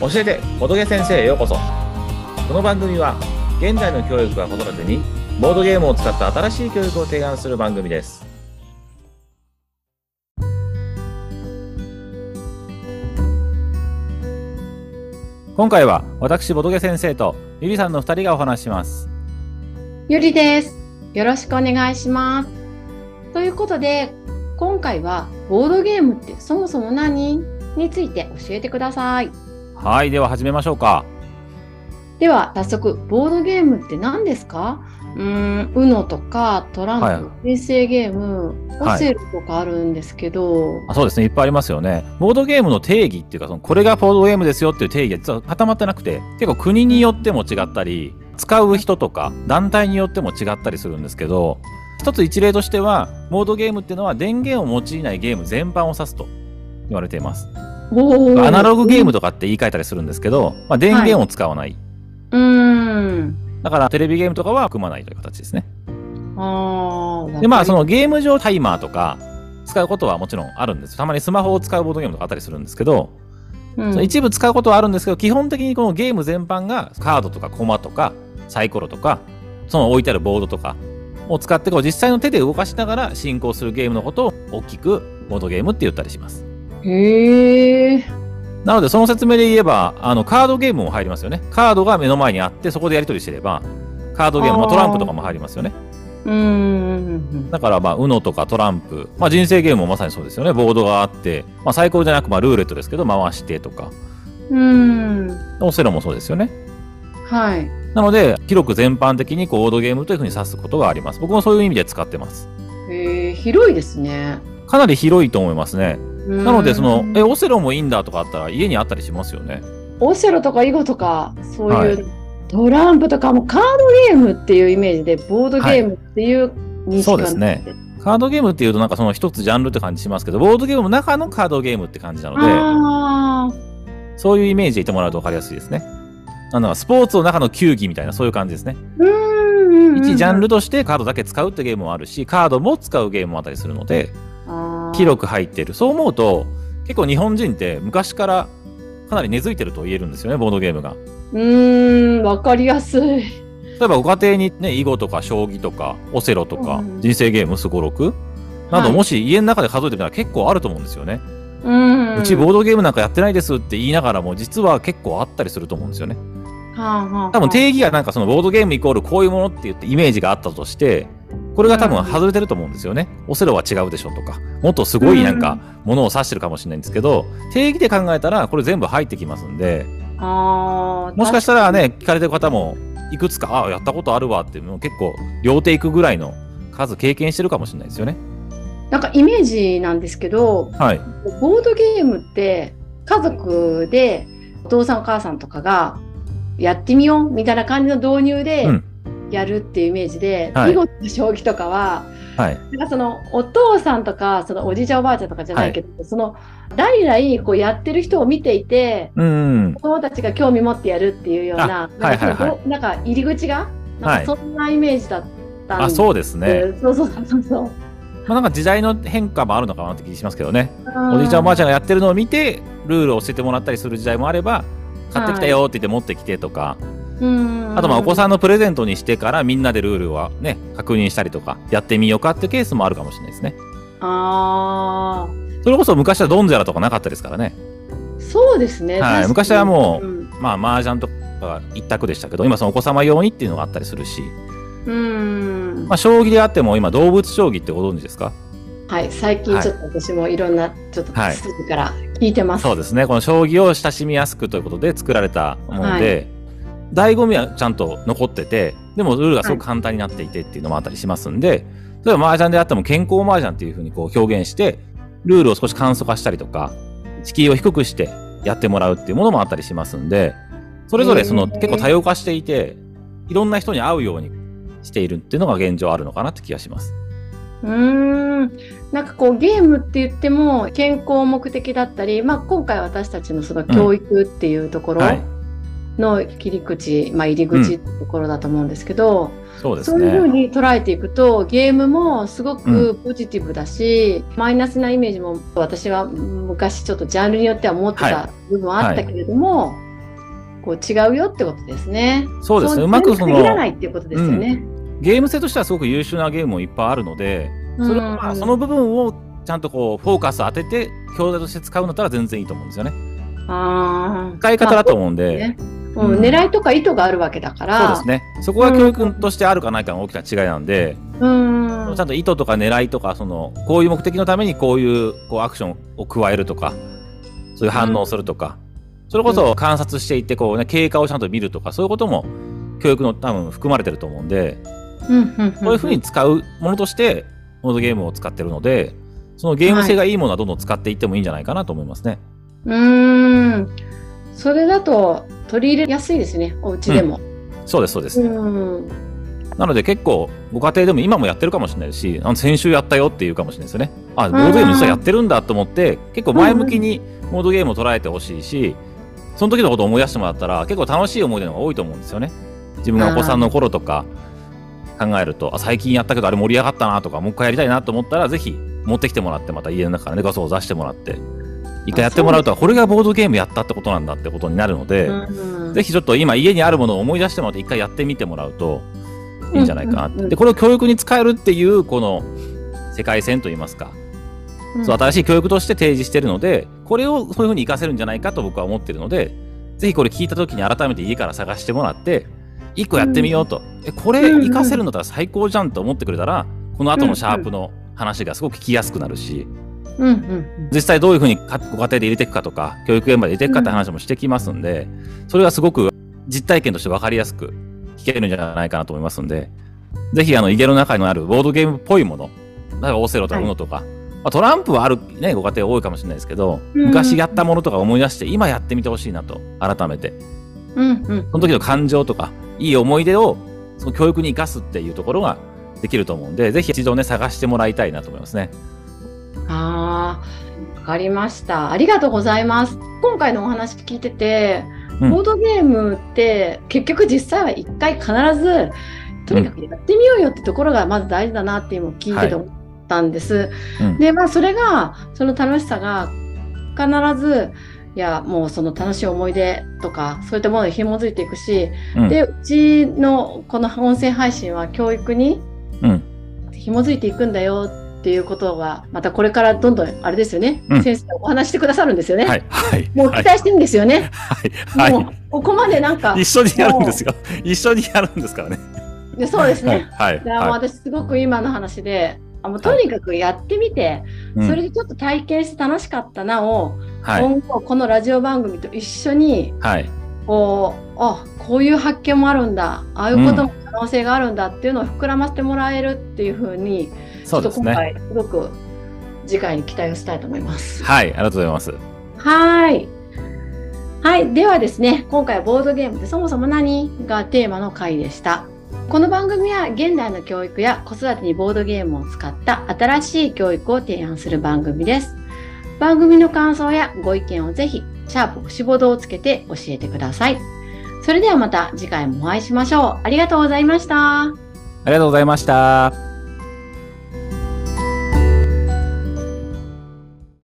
教えて仏先生へようこそこの番組は現在の教育は子育てにボードゲームを使った新しい教育を提案する番組です今回は私仏先生とゆりさんの2人がお話ししますゆりです。よろしくお願いします。ということで、今回はボードゲームってそもそも何について教えてください。はいでは始めましょうかでは早速、ボードゲームって何ですかうーん、UNO とかトランプ、は人生ゲーム、はいオセロとかあるんですけど、あそうですねいっぱいありますよねボードゲームの定義っていうかそのこれがボードゲームですよっていう定義が実は固まってなくて結構国によっても違ったり使う人とか団体によっても違ったりするんですけど一つ一例としてはボードゲームっていうのは電源を用いないゲーム全般を指すと言われていますおーアナログゲームとかって言い換えたりするんですけど、まあ、電源を使わない、うーん。だからテレビゲームとかは組まないという形ですねあーでまあその、のゲーム上タイマーとか使うことはもちろんあるんですたまにスマホを使うボードゲームとかあったりするんですけどうんその一部使うことはあるんですけど基本的にこのゲーム全般がカードとかコマとかサイコロとかその置いてあるボードとかを使ってこう実際の手で動かしながら進行するゲームのことを大きくボードゲームって言ったりしますへーなのでその説明で言えばあのカードゲームも入りますよねカードが目の前にあってそこでやり取りしてればカードゲーム、まああートランプとかも入りますよねうーん。だからまあ UNO とかトランプ、まあ、人生ゲームもまさにそうですよねボードがあって、まあ、サイコロじゃなくまあルーレットですけど回してとかうーん。オセロもそうですよねはい。なので、広く全般的にこうボードゲームというふうに指すことがあります。僕もそういう意味で使ってます。えー、広いですね。かなり広いと思いますね。ななので、その、え、オセロもいいんだとかあったら家にあったりしますよね。オセロとか囲碁とかそういう、はいトランプとかもカードゲームっていうイメージでボードゲームっていう認識そうですねカードゲームっていうとなんかその一つジャンルって感じしますけど、ボードゲームの中のカードゲームって感じなので、ああそういうイメージでいてもらうと分かりやすいですね。なんだかスポーツの中の球技みたいなそういう感じですね。うーんうんうん一ジャンルとしてカードだけ使うってゲームもあるし、カードも使うゲームもあったりするので、あー広く入ってるそう思うと結構日本人って昔からかなり根付いてると言えるんですよねボードゲームがうーんわかりやすい例えばご家庭にね囲碁とか将棋とかオセロとか、うん人生ゲームすごろくなど、はいもし家の中で数えてみたら結構あると思うんですよね、うんうちボードゲームなんかやってないですって言いながらも実は結構あったりすると思うんですよねはあはあ多分定義がなんかそのボードゲームイコールこういうものって言ってイメージがあったとしてこれが多分外れてると思うんですよね。オセロは違うでしょとか、もっとすごいなんかものを指してるかもしれないんですけど、定義で考えたらこれ全部入ってきますんで、あーもしかしたらね、聞かれてる方もいくつか、ああ、やったことあるわっていうのを結構両手いくぐらいの数経験してるかもしれないですよね。なんかイメージなんですけどはい。ボードゲームって家族でお父さんお母さんとかがやってみようみたいな感じの導入でうんやるっていうイメージで、はい囲碁とか将棋とかははい。なんかそのお父さんとかそのおじいちゃんおばあちゃんとかじゃないけど、その代々こうやってる人を見ていてうん。子供たちが興味持ってやるっていうようなあはいはいはいなんかそのなんか入り口がはないんかそんなイメージだったんあ、そうですね。そうそうそうそう。まあ、なんか時代の変化もあるのかなって気しますけどね。おおじいちゃんおばあちちゃんがやってるのを見てルールを教えてもらったりする時代もあれば買ってきたよって言って持ってきてとか、ゃんあとまあお子んさんのプレゼントにしてからみんなでルールはね確認したりとかやってみようかってケースもあるかもしれないですねあそれこそ昔はドンジャラとかなかったですからねーそうですはいね、確かに昔はもううんまあ麻雀とか一択でしたけど今そのお子様用にっていうのがあったりするし、うんまあ、将棋であっても今動物将棋ってご存知ですかはい最近ちょっと私もいろんなちょっと筋から聞いてます、そうですねこの将棋を親しみやすくということで作られたもので、醍醐味はちゃんと残っててでもルールがすごく簡単になっていてっていうのもあったりしますんで、例えば麻雀であっても健康麻雀っていうふうにこう表現してルールを少し簡素化したりとか敷居を低くしてやってもらうっていうものもあったりしますんでそれぞれそのへー結構多様化していていろんな人に合うようにしているっていうのが現状あるのかなって気がします。うーんなんかこうゲームって言っても健康を目的だったり、まあ、今回私たちのその教育っていうところはい、の切り口、まあ、入り口ってところだと思うんですけど、そうですそういうふうね。に捉えていくとゲームもすごくポジティブだし、マイナスなイメージも私は昔ちょっとジャンルによっては持ってはた部分はあったけれども、こう違うよってことですね。そうですねうまくその限らないっていうことですよね。ゲーム性としてはすごく優秀なゲームもいっぱいあるので、それをまうあんその部分をちゃんとこうフォーカス当てて教材として使うんだったら全然いいと思うんですよね。あー使い方だと思うんで、ねうん、狙いとか意図があるわけだかそら。うですね。そこが教育としてあるかないかの大きな違いなんで、うん。ちゃんと意図とか狙いとかそのこういう目的のためにこういうこうアクションを加えるとか、そういう反応をするとか、それこそ観察していってこうね経過をちゃんと見るとかそういうことも教育の多分含まれてると思うんで、うんうんんそういうふうに使うものとしてボードゲームを使ってるので、そのゲーム性がいいものはどんどん使っていってもいいんじゃないかなと思いますね。うーん。それだと取り入れやすいですね、お家でも。そうですそうです。うん。なので結構ご家庭でも今もやってるかもしれないし、あの先週やったよっていうかもしれないですよね。あ、ボードゲーム実はやってるんだと思って、結構前向きにボードゲームを捉えてほしいし、その時のことを思い出してもらったら結構楽しい思い出の方が多いと思うんですよね。自分がお子さんの頃とか考えると、あ最近やったけどあれ盛り上がったなとか、もう一回やりたいなと思ったらぜひ持ってきてもらって、また家の中からね、画素を出してもらって、一回やってもらうと、これがボードゲームやったってことなんだってことになるので、うんぜひちょっと今家にあるものを思い出してもらって一回やってみてもらうといいんじゃないかなって、うんうんうんでこれを教育に使えるっていうこの世界線といいますか、そう新しい教育として提示してるのでこれをそういうふうに活かせるんじゃないかと僕は思ってるのでぜひこれ聞いた時に改めて家から探してもらって一個やってみようと、えこれ活かせるのだったら最高じゃんと思ってくれたらこの後のシャープの話がすごく聞きやすくなるし、うんうん実際どういうふうにかご家庭で入れていくかとか教育現場で入れていくかって話もしてきますんで、それはすごく実体験として分かりやすく聞けるんじゃないかなと思いますんでぜひあの家の中にあるボードゲームっぽいもの例えばオセロとかはいウノとか、まあ、トランプはある、ね、ご家庭多いかもしれないですけど、うん昔やったものとか思い出して今やってみてほしいなと改めてうんうんその時の感情とかいい思い出をその教育に生かすっていうところができると思うんでぜひ一度ね探してもらいたいなと思いますね。ああ、わかりました。ありがとうございます。今回のお話聞いてて、うんボードゲームって結局実際は一回必ずとにかくやってみようよってところがまず大事だなって今聞いてて思ったんです。うんでまあそれがその楽しさが必ずいやもうその楽しい思い出とかそういったものに紐づいていくし、うんでうちのこの音声配信は教育にうん紐づいていくんだよっていうことがまたこれからどんどんあれですよね、うん先生がお話してくださるんですよね、はい、はい、もう期待してるんですよね、はい、もうここまでなんか一緒にやるんですよ。一緒にやるんですからね。でそうですね、はい。いやもはう私すごく今の話であもうとにかくやってみて、い。うんそれでちょっと体験して楽しかったなを、はい。今後このラジオ番組と一緒にはい。こうあこういう発見もあるんだああいうことも可能性があるんだっていうのを膨らませてもらえるっていうふうに、ちそょうっでとす今ね。回すごく次回に期待をしたいと思います。はい、ありがとうございます。はーい。はい。ではですね、今回はボードゲームってそもそも何がテーマの回でした。この番組は現代の教育や子育てにボードゲームを使った新しい教育を提案する番組です。番組の感想やご意見をぜひ、シャープ星ボードをつけて教えてください。それではまた次回もお会いしましょう。ありがとうございました。ありがとうございました。